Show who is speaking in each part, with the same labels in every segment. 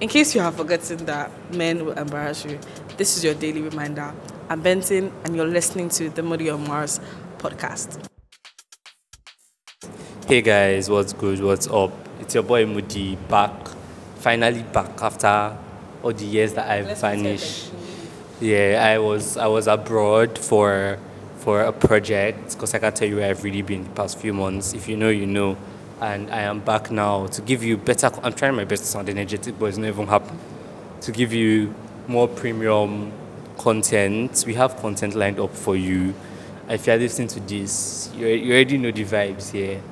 Speaker 1: In case you have forgotten that men will embarrass you, this is your daily reminder. I'm Benton, and you're listening to the Muddy on Mars podcast.
Speaker 2: Hey guys, what's good? What's up? It's your boy Moody back, finally back after all the years that I've vanished. Yeah, I was I was abroad for for a project because I can tell you where I've really been the past few months. If you know, you know. And I am back now to give you better. I'm trying my best to sound energetic, but it's not even happening. To give you more premium content, we have content lined up for you. If you're listening to this, you, you already know the vibes here.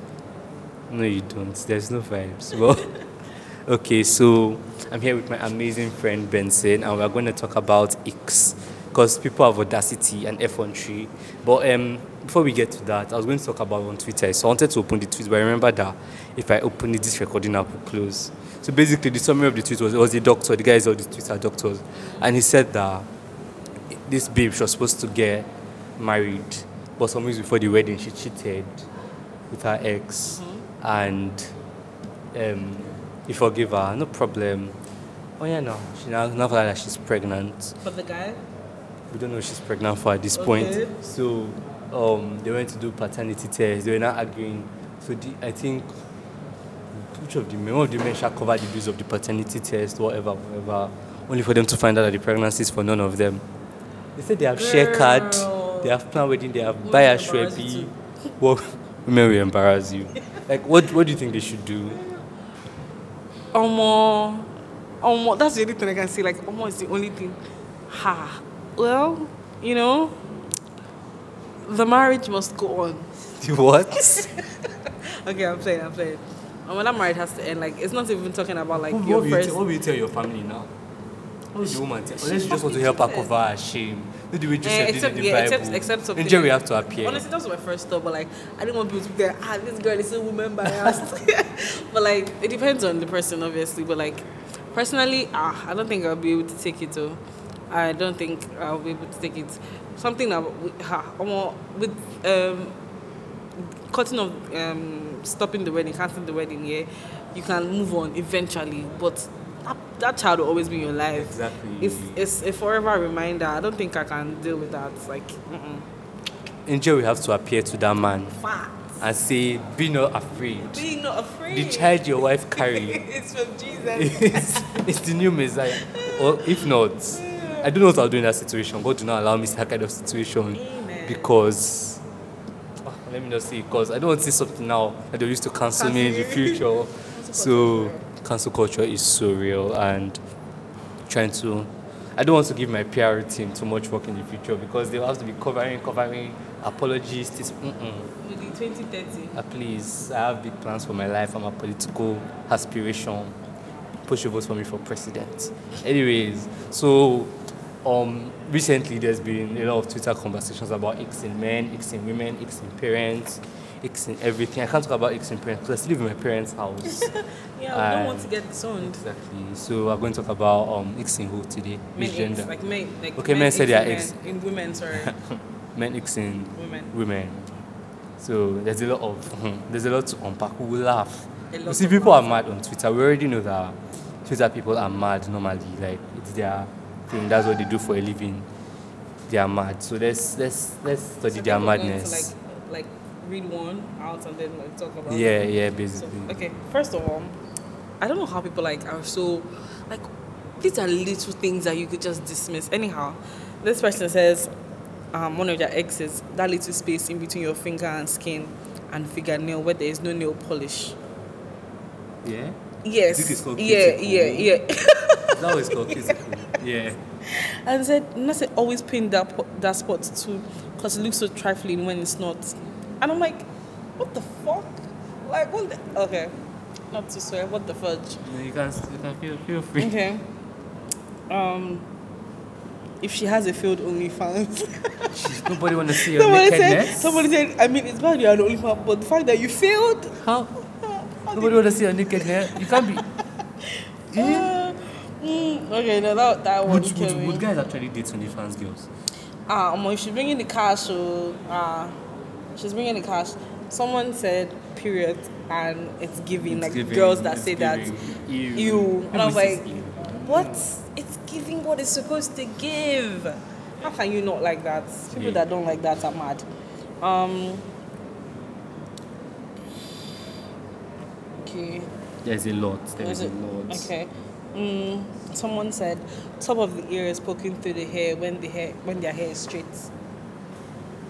Speaker 2: No, you don't. There's no vibes. Well, okay, so I'm here with my amazing friend Benson, and we're going to talk about X because people have audacity and effrontery. But um, before we get to that, I was going to talk about on Twitter. So I wanted to open the tweet, but I remember that if I open it, this recording app will close. So basically, the summary of the tweet was it was a doctor, the guys all the tweets are doctors, and he said that this babe she was supposed to get married, but some weeks before the wedding she cheated with her ex, and um, he forgave her, no problem. Oh yeah, no, she now now found out that she's pregnant.
Speaker 1: For the guy,
Speaker 2: We don't know if she's pregnant for at this
Speaker 1: Okay.
Speaker 2: point. So um, they went to do paternity tests. They were now arguing. So the, I think which of the men, one of the men shall cover the bills of the paternity test, whatever, whatever. Only for them to find out that the pregnancy is for none of them. They said they have share card,
Speaker 1: Girl.
Speaker 2: they have plan wedding, they have
Speaker 1: Women
Speaker 2: buy a
Speaker 1: embarrass you
Speaker 2: shwebi.
Speaker 1: too.
Speaker 2: What women will embarrass you? Like what? What do you think they should do?
Speaker 1: Omo, Omo, that's the only thing I can say. Like, Omo is the only thing. Ha. Well, you know, the marriage must go on.
Speaker 2: The what?
Speaker 1: Okay, I'm playing, I'm playing. And when that marriage has to end, like, it's not even talking about like
Speaker 2: What-
Speaker 1: your
Speaker 2: what, will you
Speaker 1: first.
Speaker 2: tell, what will you tell your family now? What will the woman tell? Unless you just want
Speaker 1: fucking
Speaker 2: to help her
Speaker 1: cheated.
Speaker 2: cover her shame. No, the way Joseph
Speaker 1: Eh,
Speaker 2: did
Speaker 1: except,
Speaker 2: in the
Speaker 1: yeah,
Speaker 2: Bible.
Speaker 1: except, except something.
Speaker 2: Angel will have to appear.
Speaker 1: Honestly, that was my first thought, but like, I didn't want people to be like, ah, this girl is a woman biased. but like, it depends on the person, obviously. But like, personally, ah, I don't think I'll be able to take it. Though. I don't think I'll be able to take it. Something that, we- ha, omo, with um, cutting off, um, stopping the wedding, canceling the wedding, yeah, you can move on eventually. But that, that child will always be in your life
Speaker 2: Exactly.
Speaker 1: it's it's a forever reminder. I don't think I can deal with that. Like, mm-mm.
Speaker 2: Angel will have to appear to that man
Speaker 1: Fuck.
Speaker 2: and say, Be not afraid.
Speaker 1: Being not afraid.
Speaker 2: The child your wife carried
Speaker 1: it's from Jesus.
Speaker 2: is, is the new Messiah. Or if not, I don't know what I'll do in that situation. God do not allow me that kind of situation.
Speaker 1: Amen.
Speaker 2: Because ah, let me not say because I don't want to say something now that they used to cancel me in the
Speaker 1: Cancel you.
Speaker 2: future. so cancel culture is so real and trying to I don't want to give my PR team too much work in the future because they'll have to be covering, covering apologies. This, mm-mm.
Speaker 1: With the 2030.
Speaker 2: Uh, please, I have big plans for my life. I'm a political aspiration. Push your vote for me for president. Anyways, so um, recently there's been a lot of Twitter conversations about X in men, X in women, X in parents, X in everything. I can't talk about X in parents because I still live in my parents' house.
Speaker 1: Yeah, we don't want
Speaker 2: And-
Speaker 1: to get disowned.
Speaker 2: exactly. So we're going to talk about um, X in who today?
Speaker 1: Men
Speaker 2: Which
Speaker 1: eggs,
Speaker 2: gender?
Speaker 1: like men, like
Speaker 2: Okay, men said they
Speaker 1: eggs in
Speaker 2: are eggs.
Speaker 1: men- in women, sorry,
Speaker 2: Men X in
Speaker 1: women.
Speaker 2: women. So there's a lot of there's a lot to unpack. We will laugh.
Speaker 1: A lot
Speaker 2: You see,
Speaker 1: of
Speaker 2: people are mad on Twitter. We already know that Twitter people are mad normally. Like it's their thing. That's what they do for a living. They are mad. So let's let's let's study
Speaker 1: So
Speaker 2: their
Speaker 1: people going to,
Speaker 2: madness.
Speaker 1: Like, like read one out and then like talk about.
Speaker 2: yeah, yeah,
Speaker 1: So,
Speaker 2: basically.
Speaker 1: okay, first of all, I don't know how people like are so like these are little things that you could just dismiss. Anyhow, this person says um, one of their exes that little space in between your finger and skin and fingernail where there is no nail polish.
Speaker 2: Yeah.
Speaker 1: Yes.
Speaker 2: This is called
Speaker 1: yeah, yeah,
Speaker 2: cuticle.
Speaker 1: yeah.
Speaker 2: That was called physical. Yeah.
Speaker 1: And said, not say always paint that po- that spot too, cause it looks so trifling when it's not. And I'm like, what the fuck? Like, what? The- okay, not to swear. What the fudge?
Speaker 2: No, you can you can feel feel free.
Speaker 1: Okay. Um, if she has a failed OnlyFans,
Speaker 2: Jeez, Nobody want to see your
Speaker 1: somebody said.
Speaker 2: nakedness.
Speaker 1: Somebody said. I mean, it's bad you're an OnlyFans, but the fact that you failed.
Speaker 2: How?
Speaker 1: uh, how
Speaker 2: Nobody want to see your nakedness. You can't be.
Speaker 1: did- uh, mm, okay, no, that that one
Speaker 2: Would,
Speaker 1: killed
Speaker 2: would,
Speaker 1: me.
Speaker 2: would guys actually date OnlyFans girls?
Speaker 1: Ah, um, if she's bringing the cash, oh, ah, she's bringing the cash. Someone said period, and it's giving like girls that say that.
Speaker 2: You,
Speaker 1: Ew. And I was like, What? It's giving what it's supposed to give. How can you not like that? People
Speaker 2: Yeah.
Speaker 1: that don't like that are mad. Um. Okay.
Speaker 2: There's a lot. There
Speaker 1: Was
Speaker 2: is a
Speaker 1: it-
Speaker 2: lot.
Speaker 1: Okay. Mm, someone said top of the ear is poking through the hair when the hair when their hair is straight.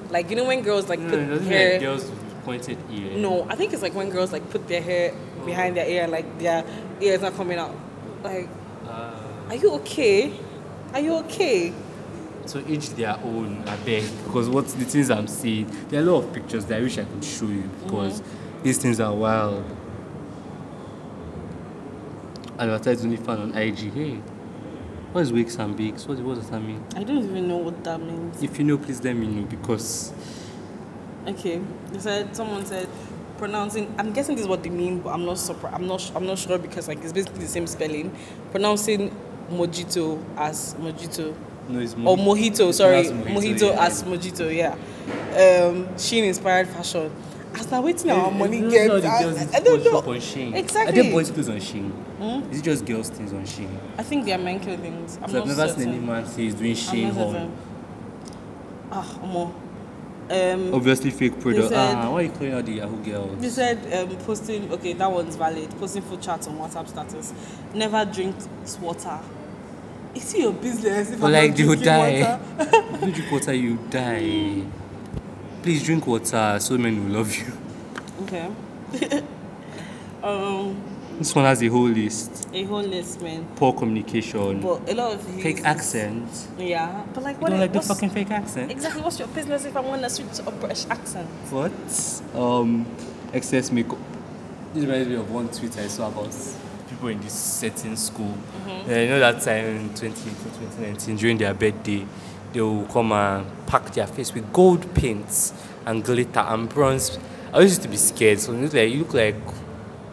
Speaker 1: Like you know when girls like
Speaker 2: No,
Speaker 1: put
Speaker 2: it doesn't
Speaker 1: hair.
Speaker 2: like girls with pointed ear.
Speaker 1: No, I think it's like when girls like put their hair behind their ear, like their ear is not coming out. Like,
Speaker 2: Ah.
Speaker 1: are you okay? Are you okay?
Speaker 2: So each their own, I beg. Because what the things I'm seeing, there are a lot of pictures that I wish I could show you because
Speaker 1: Mm-hmm.
Speaker 2: these things are wild. Advertise only fan on IG. Hey, what is wigs and bigs? What, what does that mean?
Speaker 1: I don't even know what that means.
Speaker 2: If you know, please let me know because
Speaker 1: Okay, they said someone said pronouncing. I'm guessing this is what they mean, but I'm not surprised. I'm not. su- I'm not sure because like it's basically the same spelling. Pronouncing mojito as mojito
Speaker 2: no, it's
Speaker 1: or mojito. Sorry,
Speaker 2: Mm. That's
Speaker 1: mojito,
Speaker 2: yeah.
Speaker 1: as mojito. Yeah. Um, Sheen inspired fashion. As now waiting our money
Speaker 2: Those
Speaker 1: gets.
Speaker 2: are the
Speaker 1: I,
Speaker 2: girls
Speaker 1: I-
Speaker 2: with
Speaker 1: I don't
Speaker 2: bunch
Speaker 1: know.
Speaker 2: up on Shein. Are
Speaker 1: Exactly. Hmm?
Speaker 2: there boys' clothes on Shein? Is it just girls' things on Shein?
Speaker 1: I think they are men clothings. I'm
Speaker 2: So I've
Speaker 1: not
Speaker 2: never seen
Speaker 1: certain.
Speaker 2: any man say he's doing
Speaker 1: I'm
Speaker 2: Shein
Speaker 1: not
Speaker 2: haul.
Speaker 1: certain. Ah, more. Um,
Speaker 2: Obviously fake product.
Speaker 1: said-
Speaker 2: Ah, why are you calling out the Yahoo girls?
Speaker 1: you said um, posting. Okay, that one's valid. Posting food chat on WhatsApp status. Never drink water. It's your business. If
Speaker 2: But
Speaker 1: I'm
Speaker 2: like
Speaker 1: not
Speaker 2: you
Speaker 1: drinking
Speaker 2: die.
Speaker 1: Water.
Speaker 2: If you drink water, you die. Please drink water so men will love you.
Speaker 1: Okay. um,
Speaker 2: This one has a whole list.
Speaker 1: a whole list, man.
Speaker 2: Poor communication,
Speaker 1: But a lot of his-
Speaker 2: fake accent.
Speaker 1: Yeah, but like
Speaker 2: You
Speaker 1: what?
Speaker 2: don't like the
Speaker 1: what's-
Speaker 2: fucking fake accent?
Speaker 1: Exactly. What's your business if I want to switch to a British accent?
Speaker 2: What? Um, excess makeup. This reminds me of one tweet I saw about people in this certain school.
Speaker 1: Mm-hmm.
Speaker 2: Yeah, you know that time in 2018, 2019, during their birthday, they will come and pack their face with gold paints and glitter and bronze. I used to be scared. So you look like you look like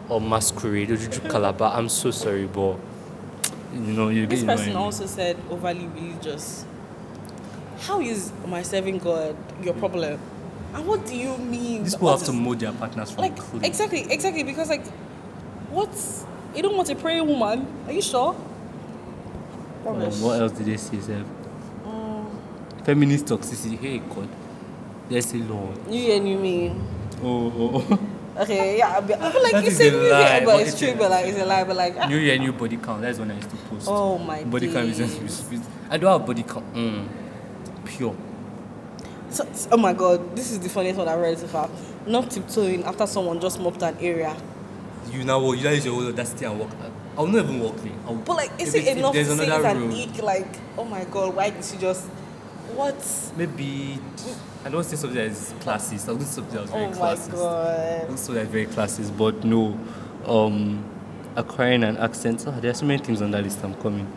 Speaker 2: a masquerade or juju calabar. I'm so sorry, but you know you
Speaker 1: This
Speaker 2: you know what I
Speaker 1: person
Speaker 2: mean.
Speaker 1: also said overly religious. How is my serving God your problem? And what do you mean?
Speaker 2: These
Speaker 1: by
Speaker 2: people
Speaker 1: all
Speaker 2: have to
Speaker 1: this-
Speaker 2: mold their partners from
Speaker 1: like
Speaker 2: clay.
Speaker 1: exactly, exactly because like, what? You don't want a praying woman? Are you sure?
Speaker 2: Um,
Speaker 1: Rubbish.
Speaker 2: what else did they say, Sef?
Speaker 1: Mm,
Speaker 2: Feminist toxicity. Hey, God. There's a lot.
Speaker 1: You hear you me?
Speaker 2: Oh, oh,
Speaker 1: Okay, yeah. I be, I be like
Speaker 2: That
Speaker 1: you
Speaker 2: is
Speaker 1: say
Speaker 2: a
Speaker 1: you hear,
Speaker 2: lie,
Speaker 1: but
Speaker 2: but
Speaker 1: it's
Speaker 2: it's
Speaker 1: true.
Speaker 2: a-
Speaker 1: But like it's a lie. But like,
Speaker 2: oh.
Speaker 1: ah,
Speaker 2: New year, new body count. That's when I used to post.
Speaker 1: oh my.
Speaker 2: body count is
Speaker 1: days.
Speaker 2: just is- is- I don't have body count. Mm. Pure.
Speaker 1: So, so- oh my god, this is the funniest one I've read so far. Not tiptoeing after someone just mopped an area.
Speaker 2: You now you now use your whole audacity and walk. I will not even walk there. I will-
Speaker 1: But like, is
Speaker 2: if
Speaker 1: it, enough to
Speaker 2: if
Speaker 1: say
Speaker 2: there's
Speaker 1: it's
Speaker 2: another
Speaker 1: an
Speaker 2: road,
Speaker 1: eek? Like, oh my god, why did she just? What?
Speaker 2: Maybe I don't say something that is classist. I don't say something that is very
Speaker 1: Oh my
Speaker 2: classist. Mm. I
Speaker 1: god.
Speaker 2: don't say that is very classist, but no. Um, acquiring an accent. Oh, there are so many things on that list. I'm coming.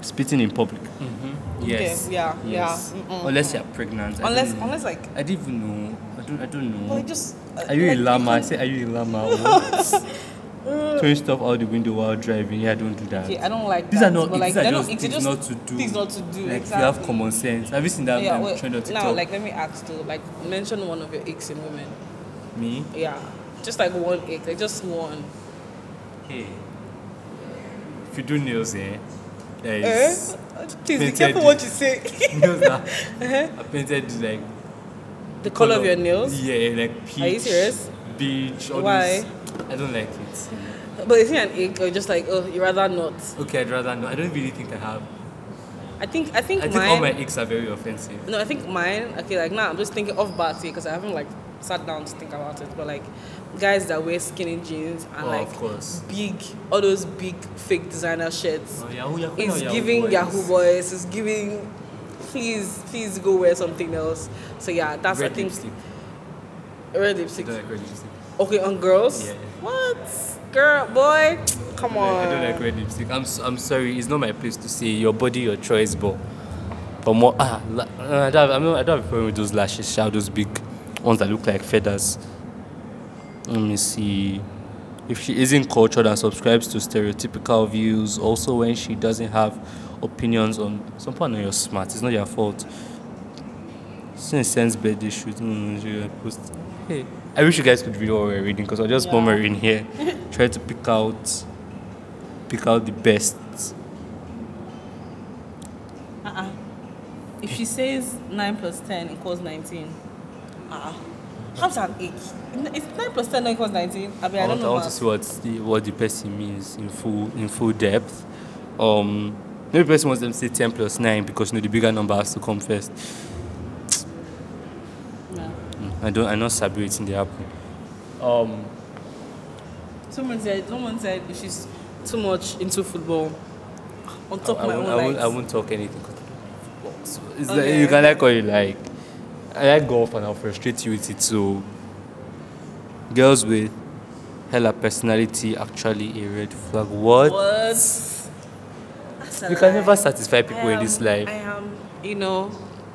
Speaker 2: Spitting in public. Mm-hmm. Yes.
Speaker 1: Okay, yeah, yeah.
Speaker 2: Yes.
Speaker 1: Mm-mm.
Speaker 2: Unless you're pregnant. I don't
Speaker 1: Unless,
Speaker 2: know.
Speaker 1: unless like,
Speaker 2: I didn't even know. I don't. I don't know.
Speaker 1: like just. uh,
Speaker 2: Are you
Speaker 1: like, Uh.
Speaker 2: a llama? I say, are you a llama? What? Throwing stuff out the window while driving. Yeah, don't do that.
Speaker 1: Okay, I don't like
Speaker 2: these
Speaker 1: that.
Speaker 2: are not.
Speaker 1: But like,
Speaker 2: these are
Speaker 1: they're
Speaker 2: just
Speaker 1: it's
Speaker 2: things not to do.
Speaker 1: Things not to do.
Speaker 2: Like
Speaker 1: exactly.
Speaker 2: you have common sense. Have you seen that
Speaker 1: Yeah.
Speaker 2: um,
Speaker 1: Well,
Speaker 2: trend on TikTok?
Speaker 1: now, like, let me ask though. Like, mention one of your icks in women.
Speaker 2: me.
Speaker 1: Yeah. Just like one ick. Like just one.
Speaker 2: Hey. If you do nails, eh? There
Speaker 1: Eh?
Speaker 2: is
Speaker 1: Please be
Speaker 2: Painted
Speaker 1: careful
Speaker 2: it.
Speaker 1: what you say.
Speaker 2: nails that I painted like
Speaker 1: the color Uh-huh. of your nails.
Speaker 2: Yeah, like peach.
Speaker 1: Are you serious?
Speaker 2: Beach. All
Speaker 1: Why?
Speaker 2: Those. I don't like it.
Speaker 1: But is it an ick or just like oh you rather not?
Speaker 2: Okay, I'd rather not. I don't really think I have.
Speaker 1: I think I think
Speaker 2: I think
Speaker 1: mine.
Speaker 2: all my icks are very offensive.
Speaker 1: no, I think mine. Okay, like now I'm just thinking off bat because I haven't like sat down to think about it. But like guys that wear skinny jeans and
Speaker 2: oh,
Speaker 1: like
Speaker 2: of course.
Speaker 1: big all those big fake designer shirts.
Speaker 2: Oh, Yahoo, Yahoo,
Speaker 1: it's
Speaker 2: Yahoo
Speaker 1: giving
Speaker 2: boys.
Speaker 1: Yahoo boys. It's giving. Please, please go wear something else. So yeah, that's
Speaker 2: Red
Speaker 1: I think
Speaker 2: lipstick.
Speaker 1: red
Speaker 2: I
Speaker 1: lipstick.
Speaker 2: don't like red lipstick.
Speaker 1: Okay, on girls.
Speaker 2: Yeah.
Speaker 1: What girl boy? Come
Speaker 2: I don't
Speaker 1: on.
Speaker 2: like- I don't like red lipstick. I'm, s- I'm sorry. It's not my place to say your body, your choice, but but more ah, la, uh, I don't have, I'm not, I don't have a problem with those lashes. Shout those big ones that look like feathers. Let me see. If she isn't cultured and subscribes to stereotypical views, also when she doesn't have opinions on some part, no, you're smart. It's not your fault. Since Sen's birthday shoot, mm, she had post. Hey, I wish you guys could read what we're reading because I just
Speaker 1: Yeah.
Speaker 2: yeah. in here, try to pick out, pick out the best
Speaker 1: Uh-uh. If she says 9 plus 10 equals 19, ah, comes an 8. It's 9 plus 10 not equals 19. I mean, I,
Speaker 2: I
Speaker 1: don't
Speaker 2: want, I
Speaker 1: know.
Speaker 2: want to
Speaker 1: math.
Speaker 2: see what the, what the person means in full in full depth. Um, maybe the person wants them to say ten plus nine because you know the bigger number has to come first.
Speaker 1: Yeah.
Speaker 2: Mm, I don't. I'm not sabi wetin dey happen. Um,
Speaker 1: Someone said, someone said she's too much into football. On
Speaker 2: I,
Speaker 1: top
Speaker 2: I,
Speaker 1: of my
Speaker 2: won't, I,
Speaker 1: own
Speaker 2: won't, I
Speaker 1: life.
Speaker 2: won't talk anything. 'cause- So It's like,
Speaker 1: Okay.
Speaker 2: you can like what you like. I like golf and I'll frustrate you with it. So girls with hella personality actually a red flag. What?
Speaker 1: What? That's a
Speaker 2: You can
Speaker 1: lie.
Speaker 2: never satisfy people
Speaker 1: I
Speaker 2: in this
Speaker 1: am-
Speaker 2: life.
Speaker 1: I am, you know,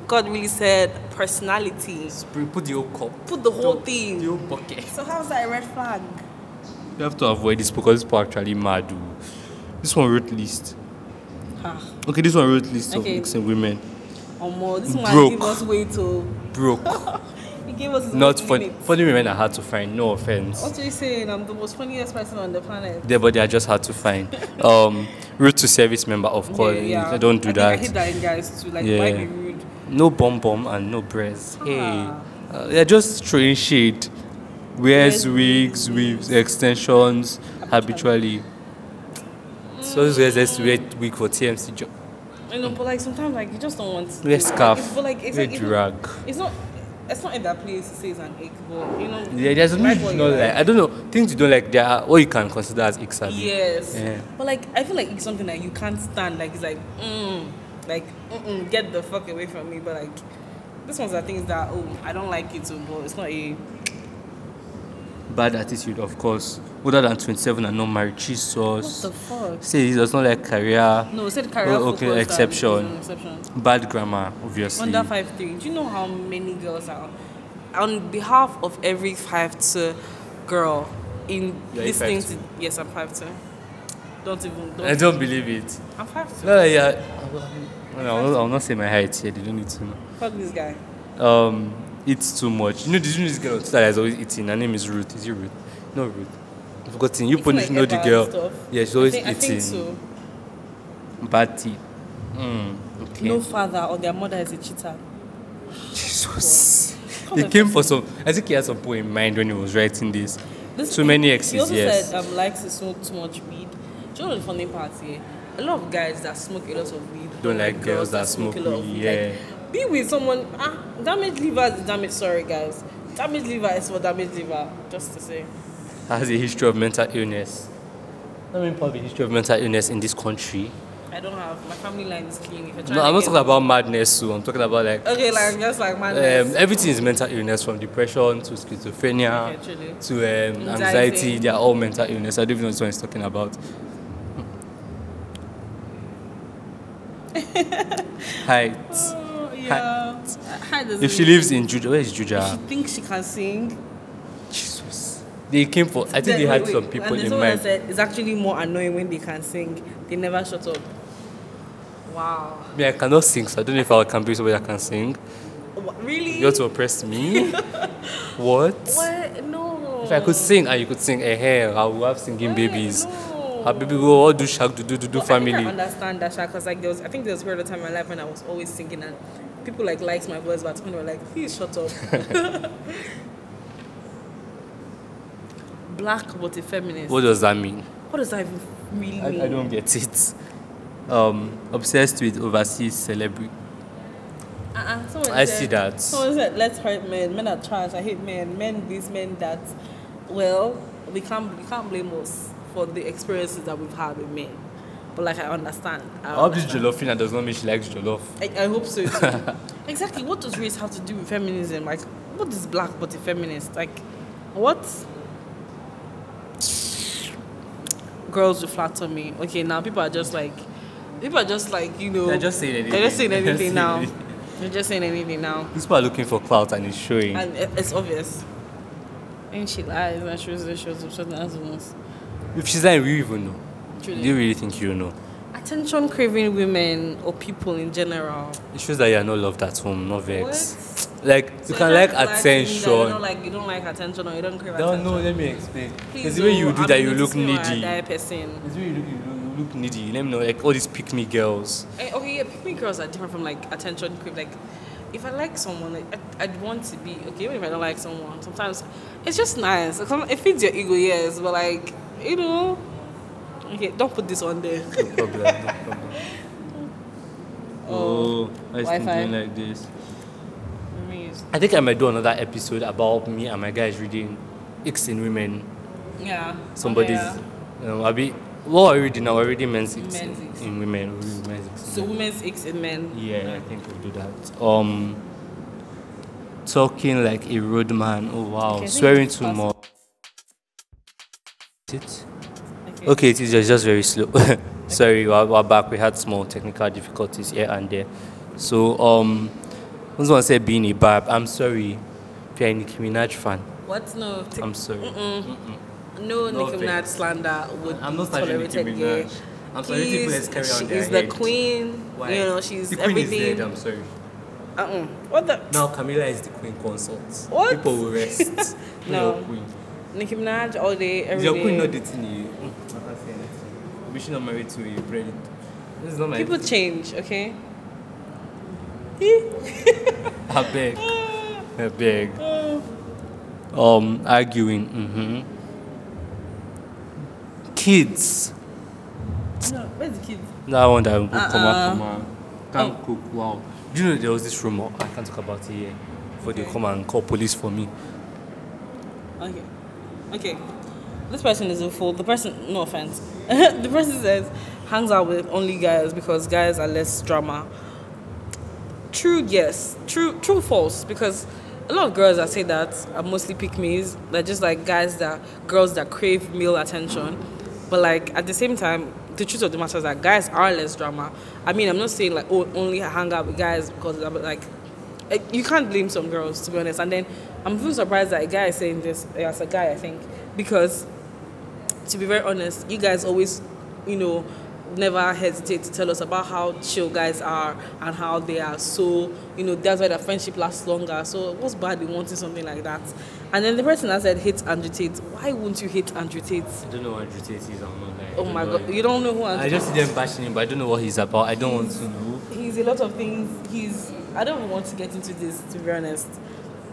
Speaker 1: God really said personality.
Speaker 2: Put put the whole cup.
Speaker 1: Put the whole thing.
Speaker 2: The whole bucket.
Speaker 1: So how's that a red flag?
Speaker 2: You have to avoid this because people are actually mad. oh. This one wrote list.
Speaker 1: Ah,
Speaker 2: Okay, this one wrote list
Speaker 1: Okay.
Speaker 2: of mixing women.
Speaker 1: Omo, this one
Speaker 2: Broke.
Speaker 1: gave us way to.
Speaker 2: Broke.
Speaker 1: He gave us his
Speaker 2: Not
Speaker 1: weight
Speaker 2: funny.
Speaker 1: limit.
Speaker 2: Funny women are hard to find. No offense.
Speaker 1: What are you saying? I'm the most funniest person on the planet.
Speaker 2: Yeah, but they are just hard to find. Um, rude to service member, of course. I don't do
Speaker 1: I
Speaker 2: that.
Speaker 1: Think I hate that in guys too. Like, why
Speaker 2: Yeah.
Speaker 1: be rude?
Speaker 2: No bum bum and no breasts. Hey,
Speaker 1: Ah.
Speaker 2: uh, they're just throwing shade. Wears
Speaker 1: Wears
Speaker 2: wigs, weaves, extensions habitually. So this guys just wear wig for TMC job.
Speaker 1: You know, but like sometimes like you just don't want. to
Speaker 2: Wear
Speaker 1: do it.
Speaker 2: scarf.
Speaker 1: But like it's
Speaker 2: Wear
Speaker 1: like it's not,
Speaker 2: drag.
Speaker 1: it's not. It's not in that place. It says an egg, but you know.
Speaker 2: Yeah, there's
Speaker 1: like
Speaker 2: something
Speaker 1: what
Speaker 2: you
Speaker 1: you
Speaker 2: don't like. I don't know things you don't like. There are what you can consider as exabi.
Speaker 1: Yes.
Speaker 2: Yeah.
Speaker 1: But like I feel like it's something that you can't stand. Like it's like, mm, like mm-mm, get the fuck away from me. But like, this one's the things that oh I don't like it too, but it's not a.
Speaker 2: Bad attitude, of course. Older than 27 and not married. Jesus.
Speaker 1: What the fuck?
Speaker 2: Say he does not like career.
Speaker 1: No, it said career
Speaker 2: Oh, okay,
Speaker 1: focused and-
Speaker 2: exception.
Speaker 1: mm, exception.
Speaker 2: Bad grammar, obviously.
Speaker 1: Under five three. Do you know how many girls are on behalf of every five two girl in
Speaker 2: You are a
Speaker 1: listening to?
Speaker 2: 5'2"?
Speaker 1: Yes, I'm five two. Don't even.
Speaker 2: I
Speaker 1: Don't,
Speaker 2: don't believe it.
Speaker 1: I'm five two.
Speaker 2: No, yeah. No, I'll, not, I'll not say my height here. They don't need to know.
Speaker 1: Fuck this guy.
Speaker 2: Um, eats too much. You know, did you know this girl on Twitter that is always eating? Her name is Ruth. Is it Ruth? No, Ruth. I've forgotten. You
Speaker 1: It's
Speaker 2: probably
Speaker 1: like
Speaker 2: know the
Speaker 1: Eva
Speaker 2: girl.
Speaker 1: and stuff.
Speaker 2: Yeah, she's always
Speaker 1: I think, I
Speaker 2: eating.
Speaker 1: think so.
Speaker 2: Bad teeth. Mm, okay.
Speaker 1: No father or their mother is a cheater.
Speaker 2: Jesus.
Speaker 1: Come
Speaker 2: He
Speaker 1: on,
Speaker 2: came for some. I think he had some point in mind when he was writing this.
Speaker 1: This-
Speaker 2: Too many
Speaker 1: He
Speaker 2: exes,
Speaker 1: also
Speaker 2: yes.
Speaker 1: said um, likes to smoke too much weed. Do you know the funny part here? A lot of guys that smoke a lot of weed
Speaker 2: Don't like girls that smoke weed,
Speaker 1: Like, be with someone. Ah, damaged liver is damaged. Sorry, guys. Damaged liver is for damaged liver. Just to say.
Speaker 2: Has a history of mental illness. I mean, probably history of mental illness in this country.
Speaker 1: I don't have my family line is clean. If you're trying
Speaker 2: No,
Speaker 1: to
Speaker 2: I'm not
Speaker 1: get-
Speaker 2: talking about madness, so I'm talking about like.
Speaker 1: Okay, like just like
Speaker 2: Um,
Speaker 1: madness.
Speaker 2: everything is mental illness from depression to schizophrenia
Speaker 1: Okay, truly.
Speaker 2: to
Speaker 1: Anxiety.
Speaker 2: um, anxiety. They are all mental illness. I don't even know what one he's talking about. Height.
Speaker 1: Oh, yeah. Hi. doesn't
Speaker 2: If she
Speaker 1: mean-
Speaker 2: lives in Juja, where is
Speaker 1: If she
Speaker 2: Juja?
Speaker 1: thinks she can sing,
Speaker 2: Jesus. They came for, I think they
Speaker 1: Then-
Speaker 2: had
Speaker 1: wait,
Speaker 2: some
Speaker 1: wait,
Speaker 2: people
Speaker 1: and there's
Speaker 2: in
Speaker 1: someone that
Speaker 2: mind.
Speaker 1: Said, it's actually more annoying when they can sing. They never shut up. Wow.
Speaker 2: Me, I cannot sing, so I don't know if I can be somebody that can sing.
Speaker 1: Wha- Really?
Speaker 2: You want to oppress me? what?
Speaker 1: What? No.
Speaker 2: If I could sing and you could sing, eh, hey, I would have singing
Speaker 1: Wait,
Speaker 2: babies.
Speaker 1: no.
Speaker 2: Our baby will all do shag, do do do do
Speaker 1: Well, I, think I
Speaker 2: family.
Speaker 1: understand that, because like there was, I think there was a period of time in my life when I was always singing and people like liked my voice, but when they were like, please shut up. Black but a feminist.
Speaker 2: What does that mean?
Speaker 1: What does that even really mean?
Speaker 2: I, I don't get it. Um, obsessed with overseas celebrity.
Speaker 1: Uh-uh. Someone
Speaker 2: I
Speaker 1: said,
Speaker 2: see that.
Speaker 1: Someone said, let's hurt men. Men are trash. I hate men. Men these, men that. Well, we can't, we can't blame us for the experiences that we've had with men. But like, I understand.
Speaker 2: I
Speaker 1: I,
Speaker 2: hope this
Speaker 1: understand.
Speaker 2: Jolofina does not mean she likes Jollof.
Speaker 1: I, I hope so too. exactly. What does race have to do with feminism? Like, what is black but a feminist? Like, what? Girls will flatter me. Okay, now people are just like, people are just like, you know.
Speaker 2: They're just saying anything.
Speaker 1: They're just saying
Speaker 2: They're just
Speaker 1: anything
Speaker 2: saying
Speaker 1: now.
Speaker 2: anything.
Speaker 1: They're just saying anything now.
Speaker 2: These people are looking for clout and it's showing.
Speaker 1: And it- it's obvious. And she lies and she was she was upset as once.
Speaker 2: if she's lying, we even know.
Speaker 1: Truly.
Speaker 2: Do you really think you know?
Speaker 1: Attention craving women or people in general.
Speaker 2: It shows that you are not loved at home, not vexed. Like you
Speaker 1: So
Speaker 2: can
Speaker 1: if
Speaker 2: like
Speaker 1: you're lacking that You
Speaker 2: attention.
Speaker 1: don't like you don't like attention or you don't crave
Speaker 2: No,
Speaker 1: attention.
Speaker 2: no, let me explain.
Speaker 1: Please
Speaker 2: It's the way
Speaker 1: oh,
Speaker 2: you do
Speaker 1: I'm
Speaker 2: that you look
Speaker 1: noticing you are a
Speaker 2: needy.
Speaker 1: dire person.
Speaker 2: It's the way you look, you look, you look needy. Let me know, like all these pick me girls.
Speaker 1: Eh, okay, yeah, pick me girls are different from like attention crave. Like, if I like someone, like, I, I'd want to be okay. Even if I don't like someone, sometimes it's just nice. Like, some- It feeds your ego, yes, but like you know, okay, don't put this on there.
Speaker 2: No problem, no problem. Oh, I just been
Speaker 1: Wi-Fi.
Speaker 2: doing like this.
Speaker 1: Let me use-
Speaker 2: I think I might do another episode about me and my guys reading X in women.
Speaker 1: yeah,
Speaker 2: Somebody's,
Speaker 1: okay, Oh, yeah.
Speaker 2: you know, I'll be. What are we reading now? We're reading men's X
Speaker 1: Men's
Speaker 2: in,
Speaker 1: X.
Speaker 2: in women. We're reading men's X in
Speaker 1: So women's eggs and men.
Speaker 2: Yeah, I think we'll do that. Um, talking like a roadman. Oh wow,
Speaker 1: Okay, I think
Speaker 2: swearing
Speaker 1: it's
Speaker 2: too
Speaker 1: possible.
Speaker 2: much. It okay, it is just, just very slow. Sorry, we're, we're back. We had small technical difficulties here and there. So um, I just want to say being a barb. I'm sorry. If you're a Nicki Minaj fan,
Speaker 1: What no? Take,
Speaker 2: I'm sorry.
Speaker 1: no,
Speaker 2: No
Speaker 1: Nicki Minaj
Speaker 2: offense.
Speaker 1: slander would
Speaker 2: I'm
Speaker 1: be
Speaker 2: not touching Nicki
Speaker 1: tolerated here.
Speaker 2: Minaj. I'm sorry, people
Speaker 1: Please,
Speaker 2: let's carry on
Speaker 1: she
Speaker 2: their
Speaker 1: is the
Speaker 2: head.
Speaker 1: queen.
Speaker 2: Why?
Speaker 1: You know, she's
Speaker 2: the queen
Speaker 1: everything.
Speaker 2: Is dead, I'm sorry.
Speaker 1: uh-uh. What the?
Speaker 2: Now Camila is the queen consort.
Speaker 1: What?
Speaker 2: People will rest. We
Speaker 1: No.
Speaker 2: are queen.
Speaker 1: Nicki Minaj all day, every
Speaker 2: Is
Speaker 1: day.
Speaker 2: your queen not dating you? Mm, We should not marry to a friend. This is not my
Speaker 1: People change, okay?
Speaker 2: I beg. I beg. Um, arguing. Mm-hmm. Kids.
Speaker 1: No, where's the kids?
Speaker 2: That one that will come
Speaker 1: Uh-uh. Oh.
Speaker 2: up come up. Can't cook. Wow. Do you know there was this rumor? I can't talk about it here. For they
Speaker 1: Okay.
Speaker 2: come and call police for me.
Speaker 1: Okay. Okay. This person is a fool. The person, no offense. the person says, hangs out with only guys because guys are less drama. True, yes. True, true, false. Because a lot of girls that say that are mostly pick me's. They're just like guys that, girls that crave male attention. But like at the same time, the truth of the matter is that guys are less drama. I mean, I'm not saying like oh, only hang out with guys because of that, but like eh, you can't blame some girls to be honest. And then I'm even surprised that a guy is saying this eh, as a guy. I think because to be very honest, you guys always, you know, never hesitate to tell us about how chill guys are and how they are so, you know, that's why their friendship lasts longer. So what's bad in wanting something like that? And then the person that said hate Andrew Tate, why won't you hate Andrew Tate?
Speaker 2: I don't know what Andrew Tate is. I'm not like.
Speaker 1: Oh my god, you don't know who Andrew
Speaker 2: I just see them bashing him, but I don't know what he's about. I don't want to know.
Speaker 1: He's a lot of things. He's I don't even want to get into this to be honest.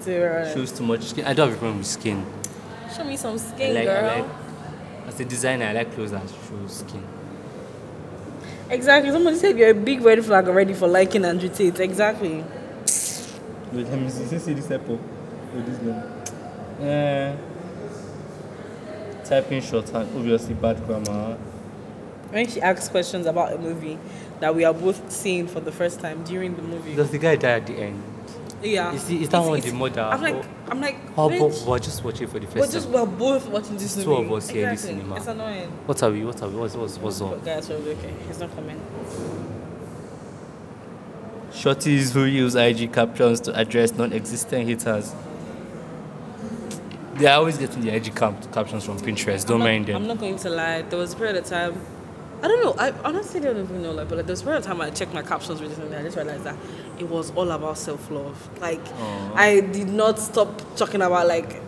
Speaker 1: To be very honest.
Speaker 2: Shows too much skin. I don't have a problem with skin.
Speaker 1: Show me some skin,
Speaker 2: I like,
Speaker 1: girl.
Speaker 2: I like, as a designer, I like clothes that show skin.
Speaker 1: Exactly. Somebody said you're a big red flag already for liking Andrew Tate. Exactly.
Speaker 2: Wait, let me see. See, see this apple. Oh, this one. Uh, typing shorthand, obviously bad grammar.
Speaker 1: When she asks questions about a movie that we are both seeing for the first time during the movie.
Speaker 2: Does the guy die at the end?
Speaker 1: yeah.
Speaker 2: Is, he, is that
Speaker 1: It's-
Speaker 2: one the
Speaker 1: it's-
Speaker 2: mother?
Speaker 1: I'm like
Speaker 2: or-
Speaker 1: I'm like
Speaker 2: How
Speaker 1: bitch,
Speaker 2: about we're just watching for the
Speaker 1: we're
Speaker 2: first
Speaker 1: just
Speaker 2: time?
Speaker 1: we're both watching this
Speaker 2: Two
Speaker 1: movie.
Speaker 2: of us here in the
Speaker 1: exactly.
Speaker 2: cinema.
Speaker 1: It's annoying.
Speaker 2: What are we? What are we? What's, what's, what's
Speaker 1: But
Speaker 2: on?
Speaker 1: guys, we're okay. He's not coming.
Speaker 2: Shorties who use IG captions to address non existent haters. They're always getting the IG cap- captions from Pinterest. Don't
Speaker 1: I'm not-
Speaker 2: mind them.
Speaker 1: I'm not going to lie. There was a period of time. I don't know. I honestly don't even know. Like, but like, there was a period of time I checked my captions recently. I just realized that it was all about self love. Like, I did not stop talking about like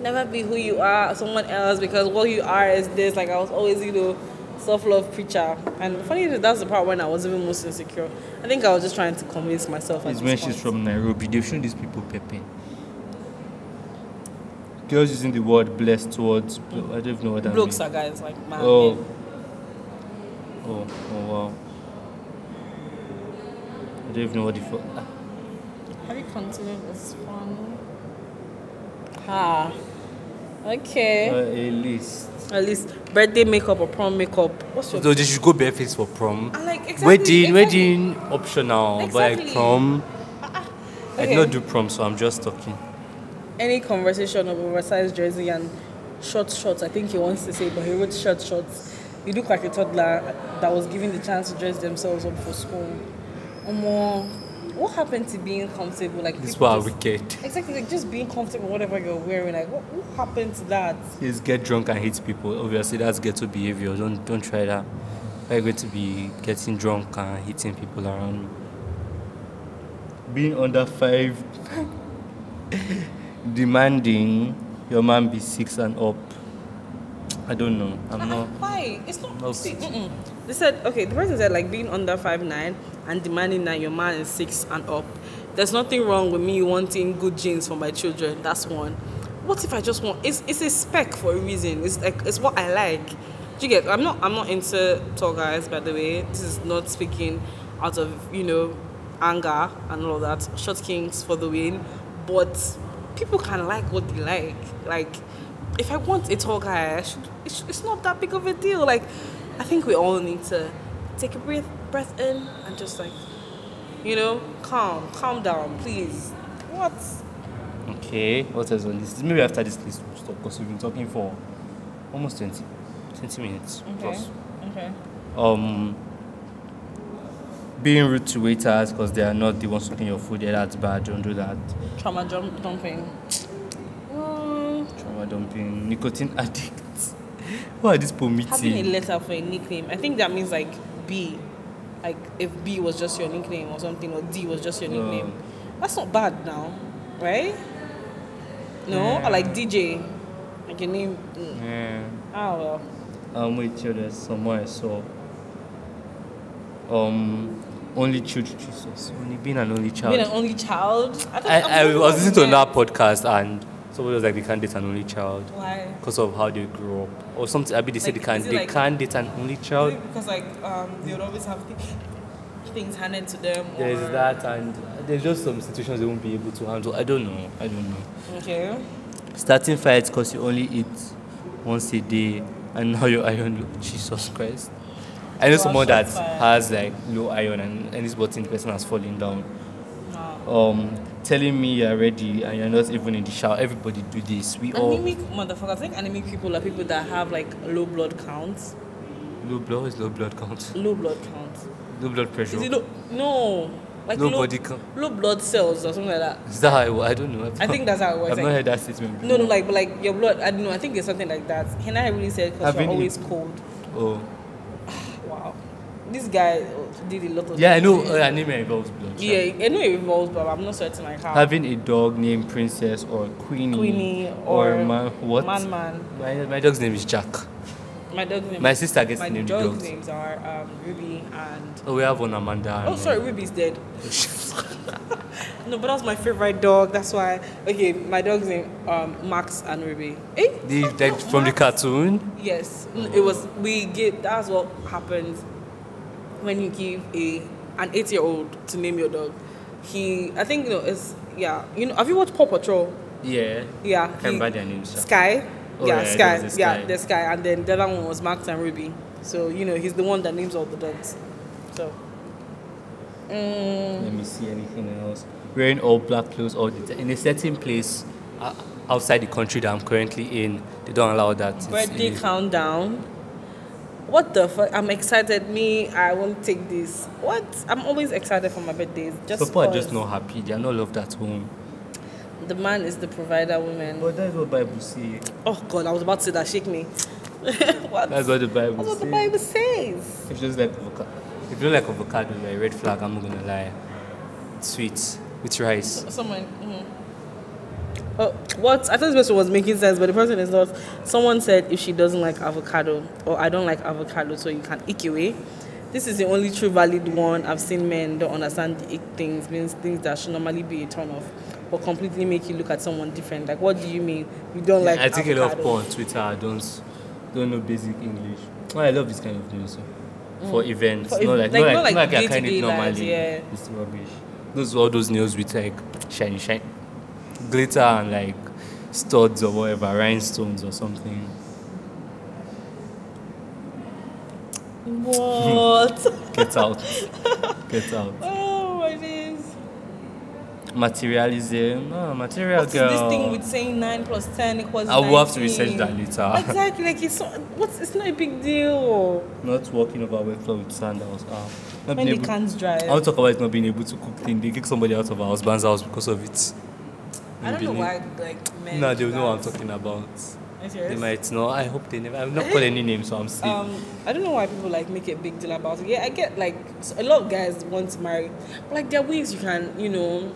Speaker 1: never be who you are, someone else, because what you are is this. Like, I was always, you know, self love preacher. And funny enough, that's the part when I was even most insecure. I think I was just trying to convince myself. at
Speaker 2: It's
Speaker 1: this
Speaker 2: when she's
Speaker 1: point.
Speaker 2: from Nairobi. They've shown these people pepping. Girls using the word blessed towards. blo- I don't even know what that
Speaker 1: Blokes
Speaker 2: means.
Speaker 1: are guys like man.
Speaker 2: Oh. Oh, oh wow. I don't even know what the fuck.
Speaker 1: Have you continued this one? Ah. Okay.
Speaker 2: uh, a list.
Speaker 1: At least birthday makeup or prom makeup. What's your
Speaker 2: So they should go barefaced for prom.
Speaker 1: I like exactly,
Speaker 2: wedding,
Speaker 1: exactly.
Speaker 2: wedding optional, but
Speaker 1: Exactly.
Speaker 2: like prom. I
Speaker 1: Okay.
Speaker 2: did not do prom, so I'm just talking.
Speaker 1: Any conversation of oversized jersey and short shorts, I think he wants to say, but he wrote short shorts. You look like a toddler that was given the chance to dress themselves up for school. Omo, what happened to being comfortable? Like
Speaker 2: These
Speaker 1: people
Speaker 2: people are
Speaker 1: just-
Speaker 2: wicked.
Speaker 1: Exactly, like just being comfortable, whatever you're wearing. Like, what, what happened to that?
Speaker 2: is get drunk and hit people. Obviously, that's ghetto behavior. Don't don't try that. You're going to be getting drunk and hitting people around you. being under five, demanding your man be six and up. I don't know. I'm
Speaker 1: Ah,
Speaker 2: not.
Speaker 1: Why? It's not.
Speaker 2: No.
Speaker 1: See, mm-mm. They said okay. The person said like being under five nine and demanding that your man is six and up. There's nothing wrong with me wanting good genes for my children. That's one. What if I just want? It's it's a spec for a reason. It's like it's what I like. Do you get? I'm not I'm not into tall guys. By the way, this is not speaking out of you know anger and all of that. Short kings for the win, but people can like what they like. Like if I want a tall guy, I should, it's, it's not that big of a deal. Like, I think we all need to take a breath, breath in and just like, you know, calm, calm down, please. What?
Speaker 2: Okay, what else on this? list? Maybe after this list we'll stop because we've been talking for almost 20, 20 minutes plus.
Speaker 1: Okay.
Speaker 2: Um, being rude to waiters because they are not the ones cooking your food. Yeah, that's bad. Don't do that.
Speaker 1: Trauma jump dumping. Mm,
Speaker 2: Trauma dumping. Nicotine addicts. Why are these people
Speaker 1: having a
Speaker 2: meeting?
Speaker 1: letter for a nickname. I think that means like B. Like if B was just your nickname or something, or D was just your
Speaker 2: No.
Speaker 1: nickname. That's not bad now, right? No? Or like DJ. Like your name. mm.
Speaker 2: Yeah.
Speaker 1: Ah well.
Speaker 2: Um, wait, here there's somewhere I saw. Um, only children. Jesus. Only being an only child.
Speaker 1: Being an only child. I, don't-
Speaker 2: I,
Speaker 1: I'm
Speaker 2: I
Speaker 1: not
Speaker 2: was listening to
Speaker 1: aware.
Speaker 2: another podcast and somebody was like, they can't date an only child.
Speaker 1: Why?
Speaker 2: because of how they grow up or something. I mean, they say
Speaker 1: Like,
Speaker 2: they can
Speaker 1: is it
Speaker 2: they
Speaker 1: like-
Speaker 2: can't date an only
Speaker 1: Maybe
Speaker 2: child.
Speaker 1: Because like um, they would always have th- things handed to them. Or...
Speaker 2: There's that, and there's just some situations they won't be able to handle. I don't know. I don't know.
Speaker 1: Okay.
Speaker 2: Starting fights because you only eat once a day, and now your iron. Low. Jesus Christ! I know
Speaker 1: Wow,
Speaker 2: someone that
Speaker 1: shots fired.
Speaker 2: has like low iron, and, and this button person has fallen down.
Speaker 1: No.
Speaker 2: Um, telling me you're ready and you're not even in the shower. Everybody do this. We all
Speaker 1: Anemic motherfuckers. I think anemic people are people that have like low blood counts.
Speaker 2: low blood is low blood count,
Speaker 1: Low blood counts.
Speaker 2: low blood pressure.
Speaker 1: Is it low? No. Like
Speaker 2: low
Speaker 1: low,
Speaker 2: body count.
Speaker 1: low blood cells or something like that.
Speaker 2: Is that how it, wo- I don't know.
Speaker 1: I think that's how it works.
Speaker 2: I've
Speaker 1: like-
Speaker 2: not heard that statement.
Speaker 1: no, no,
Speaker 2: before.
Speaker 1: like, but like your blood. I don't know. I think there's something like that. Hannah really said because
Speaker 2: I've
Speaker 1: you're
Speaker 2: been-
Speaker 1: always cold.
Speaker 2: Oh.
Speaker 1: Wow. This guy uh, did a lot of.
Speaker 2: Yeah, I know uh, anemia involves blood. sure.
Speaker 1: Yeah, I know it involves, but I'm not certain like how.
Speaker 2: Having a dog named Princess or Queenie,
Speaker 1: Queenie
Speaker 2: or,
Speaker 1: or
Speaker 2: man, what?
Speaker 1: Man, man.
Speaker 2: My, my dog's name is Jack.
Speaker 1: My dog name.
Speaker 2: My sister gets
Speaker 1: my
Speaker 2: named
Speaker 1: dog's
Speaker 2: dogs.
Speaker 1: names are um, Ruby and.
Speaker 2: Oh, we have one Amanda. and
Speaker 1: Oh,
Speaker 2: one-
Speaker 1: sorry, Ruby's dead. no, but that was my favorite dog. That's why. Okay, my dog's name um Max and Ruby. Eh?
Speaker 2: The,
Speaker 1: Fuck,
Speaker 2: like,
Speaker 1: no,
Speaker 2: from the
Speaker 1: Max.
Speaker 2: cartoon.
Speaker 1: Yes, N- it was. We give. That's what happens when you give a an eight year old to name your dog. He, I think you know, it's yeah. You know, have you watched Paw Patrol?
Speaker 2: Yeah.
Speaker 1: Yeah.
Speaker 2: I can't
Speaker 1: he-
Speaker 2: remember their names. sha.
Speaker 1: Sky.
Speaker 2: Oh,
Speaker 1: yeah,
Speaker 2: yeah,
Speaker 1: Sky.
Speaker 2: there was a Sky.
Speaker 1: Yeah, the Sky. And then the other one was Max and Ruby. So, you know, he's the one that names all the dogs. So. Mm,
Speaker 2: Let me see anything else. Wearing all black clothes all the time. In a certain place uh, outside the country that I'm currently in, they don't allow that. It's
Speaker 1: birthday
Speaker 2: illegal.
Speaker 1: countdown. What the fuck? I'm excited. Me, I won't take this. What? I'm always excited for my birthdays. Just
Speaker 2: Some people are just
Speaker 1: cause
Speaker 2: not happy. They are not loved at home.
Speaker 1: The man is the provider, woman.
Speaker 2: But that's what Bible says.
Speaker 1: Oh God, I was about to say that. Shake me. what?
Speaker 2: That's what the Bible
Speaker 1: That's what the
Speaker 2: says.
Speaker 1: Bible says.
Speaker 2: If you just like avocado, if you don't like avocado, you're a red flag. I'm not gonna lie. Sweet with rice.
Speaker 1: Someone. mhm. Oh, what? I thought this person was making sense, but the person is not. Someone said if she doesn't like avocado, or I don't like avocado, so you can ick away. This is the only true valid one I've seen men don't understand the ick things, means things that should normally be a turn off, or completely make you look at someone different. Like, what do you mean? You don't like
Speaker 2: I take a lot of
Speaker 1: avocado?
Speaker 2: porn on Twitter. I don't don't know basic English. Well, I love this kind of news. so. For events,
Speaker 1: Mm. For
Speaker 2: not,
Speaker 1: ev-
Speaker 2: like,
Speaker 1: like,
Speaker 2: not
Speaker 1: not like
Speaker 2: like not like I kind
Speaker 1: day-to-day
Speaker 2: it
Speaker 1: lives,
Speaker 2: normally.
Speaker 1: yeah.
Speaker 2: It's rubbish. Those all those nails with like shiny shine, glitter and like studs or whatever, rhinestones or something.
Speaker 1: What?
Speaker 2: Get out, get out.
Speaker 1: oh my days.
Speaker 2: Materialism, oh, material
Speaker 1: What's
Speaker 2: girl.
Speaker 1: this thing with saying nine plus ten equals?
Speaker 2: I will have to
Speaker 1: 19?
Speaker 2: research that later.
Speaker 1: Exactly, like it's not, what's it's not a big deal.
Speaker 2: not walking over wet floor with sandals. Uh, not
Speaker 1: When
Speaker 2: being
Speaker 1: they
Speaker 2: able,
Speaker 1: can't
Speaker 2: I
Speaker 1: drive.
Speaker 2: want to talk about it not being able to cook thing. They kick somebody out of her husband's house because of it.
Speaker 1: I don't know
Speaker 2: Being-
Speaker 1: why, like men.
Speaker 2: Nah,
Speaker 1: do
Speaker 2: they'll know what I'm
Speaker 1: that.
Speaker 2: talking about.
Speaker 1: Are you
Speaker 2: They
Speaker 1: serious?
Speaker 2: might know. I hope they never. I've not called any names, so I'm safe.
Speaker 1: Um, I don't know why people like make a big deal about it. Yeah, I get like s- a lot of guys want to marry, but like there are ways you can, you know,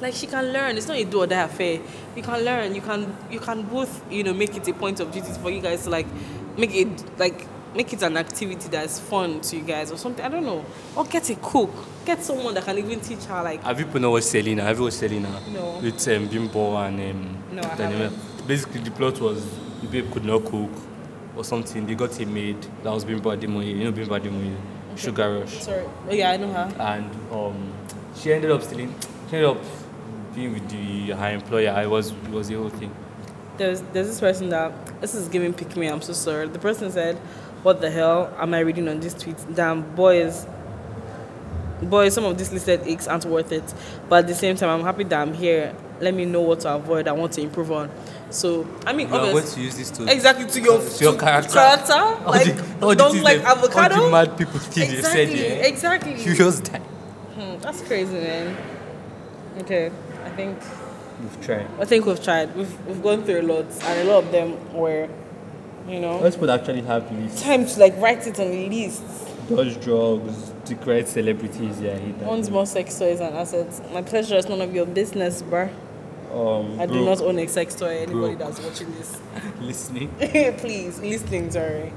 Speaker 1: like she can learn. It's not a do or die affair. You can learn. You can you can both, you know, make it a point of duty for you guys to like make it like make it an activity that's fun to you guys or something. I don't know. Or get a cook. Get someone that can even teach her like
Speaker 2: Have you put on watched Selena? Have you watched Selena?
Speaker 1: No.
Speaker 2: With um, Bimbo and um,
Speaker 1: No, I
Speaker 2: the name- Basically, the plot was the babe could not cook or something. They got a maid that was Bimbo Ademoye. You know Bimbo Ademoye, Sugar Rush,
Speaker 1: sorry. Oh yeah, I know her.
Speaker 2: and um, she ended up stealing. She ended up being with the her employer. I was it was the whole thing.
Speaker 1: There's there's this person that this is giving pick me. I'm so sorry. The person said, "What the hell am I reading on this tweet? Damn boys, boys. Some of these listed aches aren't worth it. But at the same time, I'm happy that I'm here. Let me know what to avoid. I want to improve on. So I mean,
Speaker 2: You are going
Speaker 1: obviously,
Speaker 2: to use this to
Speaker 1: exactly to your
Speaker 2: To your character.
Speaker 1: character,
Speaker 2: all
Speaker 1: like
Speaker 2: the, all the
Speaker 1: don't
Speaker 2: things
Speaker 1: like
Speaker 2: they- All the
Speaker 1: avocado.
Speaker 2: mad people think
Speaker 1: exactly,
Speaker 2: they said. Yeah.
Speaker 1: exactly.
Speaker 2: You just die.
Speaker 1: Hmm, that's crazy, man. Okay, I think
Speaker 2: We've tried.
Speaker 1: I think we've tried. We've we've gone through a lot, and a lot of them were, you know.
Speaker 2: Let's put actually have list.
Speaker 1: time to like write it on the list.
Speaker 2: Dodge drugs, degrade celebrities, yeah, I hate that.
Speaker 1: Owns more sex toys and assets. My pleasure is none of your business, bruh.
Speaker 2: Um,
Speaker 1: I do not own a sex toy. Anybody
Speaker 2: Broke.
Speaker 1: that's watching this,
Speaker 2: listening.
Speaker 1: please, listening, sorry.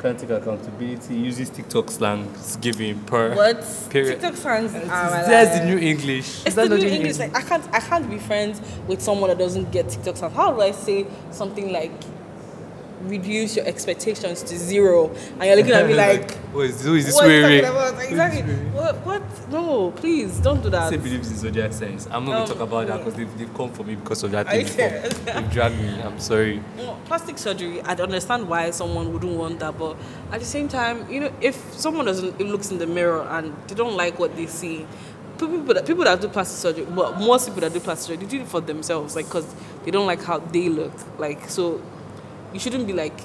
Speaker 2: Can't take accountability. Uses TikTok slang. It's giving per.
Speaker 1: What?
Speaker 2: Period.
Speaker 1: TikTok fans are my
Speaker 2: That's
Speaker 1: life.
Speaker 2: the new English.
Speaker 1: It's
Speaker 2: That's
Speaker 1: the new
Speaker 2: not
Speaker 1: English. Like I can't, I can't be friends with someone that doesn't get TikTok sound. How do I say something like reduce your expectations to zero? And you're looking at me like,
Speaker 2: What is, who is this
Speaker 1: what are you
Speaker 2: wearing?
Speaker 1: talking about? Exactly. What? What? No, please don't do that.
Speaker 2: Say believes in zodiac signs. I'm not
Speaker 1: Um,
Speaker 2: gonna talk about that because they've, they've come for me because of that
Speaker 1: Are you
Speaker 2: thing. before. They've dragged me. I'm sorry.
Speaker 1: Well, plastic surgery, I'd understand why someone wouldn't want that, but at the same time, you know, if someone doesn't it looks in the mirror and they don't like what they see, people that, people that do plastic surgery, well, most people that do plastic surgery, they do it for themselves, like, cause they don't like how they look, like, so you shouldn't be like,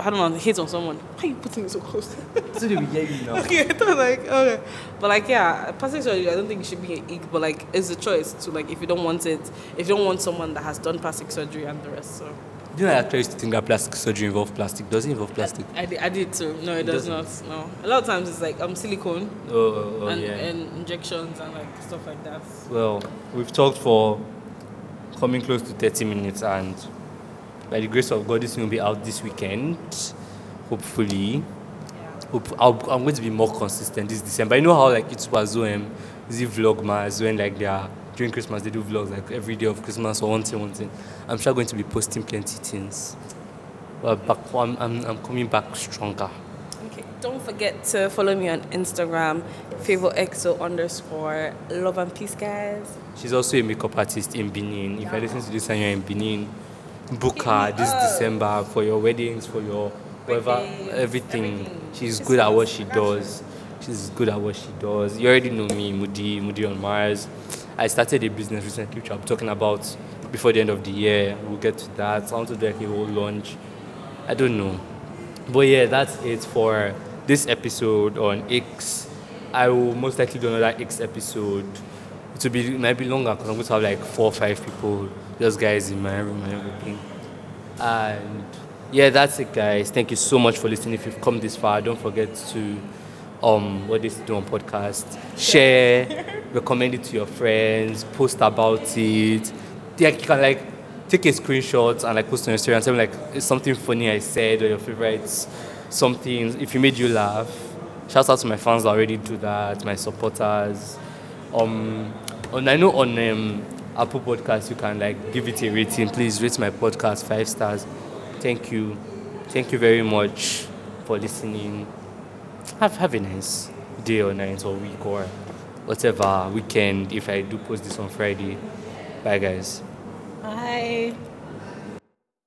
Speaker 1: I don't know, hate on someone. Why are you putting it so close?
Speaker 2: So they will hear you now.
Speaker 1: okay, I thought like okay, but like yeah, plastic surgery. I don't think it should be an ick, but like it's a choice to like if you don't want it, if you don't want someone that has done plastic surgery and the rest. So.
Speaker 2: Do you know I actually used to think that plastic surgery involves plastic? Does it involve plastic?
Speaker 1: I did, I did too. No, it,
Speaker 2: It
Speaker 1: does not. No, a lot of times it's like um silicone
Speaker 2: Oh, oh, oh
Speaker 1: and,
Speaker 2: yeah.
Speaker 1: and injections and like stuff like that.
Speaker 2: Well, we've talked for coming close to 30 minutes, and by the grace of God, this will be out this weekend, hopefully. Hope, I'll, I'm going to be more consistent this December. You know how like it's was um, the vlogmas when like they are during Christmas they do vlogs like every day of Christmas or one thing, one thing. I'm sure going to be posting plenty things. Well, back, I'm, I'm, I'm coming back stronger.
Speaker 1: Okay, don't forget to follow me on Instagram, favorexo underscore love and peace, guys.
Speaker 2: She's also a makeup artist in Benin. If I listen to this and you're in Benin, book
Speaker 1: Hit
Speaker 2: her
Speaker 1: me
Speaker 2: this
Speaker 1: up.
Speaker 2: December for your weddings, for your whatever,
Speaker 1: Birthdays,
Speaker 2: everything.
Speaker 1: everything.
Speaker 2: She's
Speaker 1: Just
Speaker 2: good at what
Speaker 1: just
Speaker 2: she
Speaker 1: production.
Speaker 2: does. She's good at what she does. You already know me, Moody, Moody on Mars. I started a business recently, which I'm talking about before the end of the year. We'll get to that. I want to do like a whole launch. I don't know. But yeah, that's it for this episode on X. I will most likely do another X episode. It will be it might be longer because I'm going to have like four or five people, just guys in my room and everything. And yeah, that's it, guys. Thank you so much for listening. If you've come this far, don't forget to um what is do on podcast, share, recommend it to your friends, post about it. Yeah, you can like take a screenshot and like post on your story and tell me like it's something funny I said or your favorites, something if it made you laugh. Shout out to my fans that already do that, my supporters. Um, and I know on um, Apple Podcasts you can like give it a rating. Please rate my podcast five stars. Thank you, thank you very much for listening. Have have a nice day or night or week or whatever weekend. If I do post this on Friday, bye guys.
Speaker 1: Bye.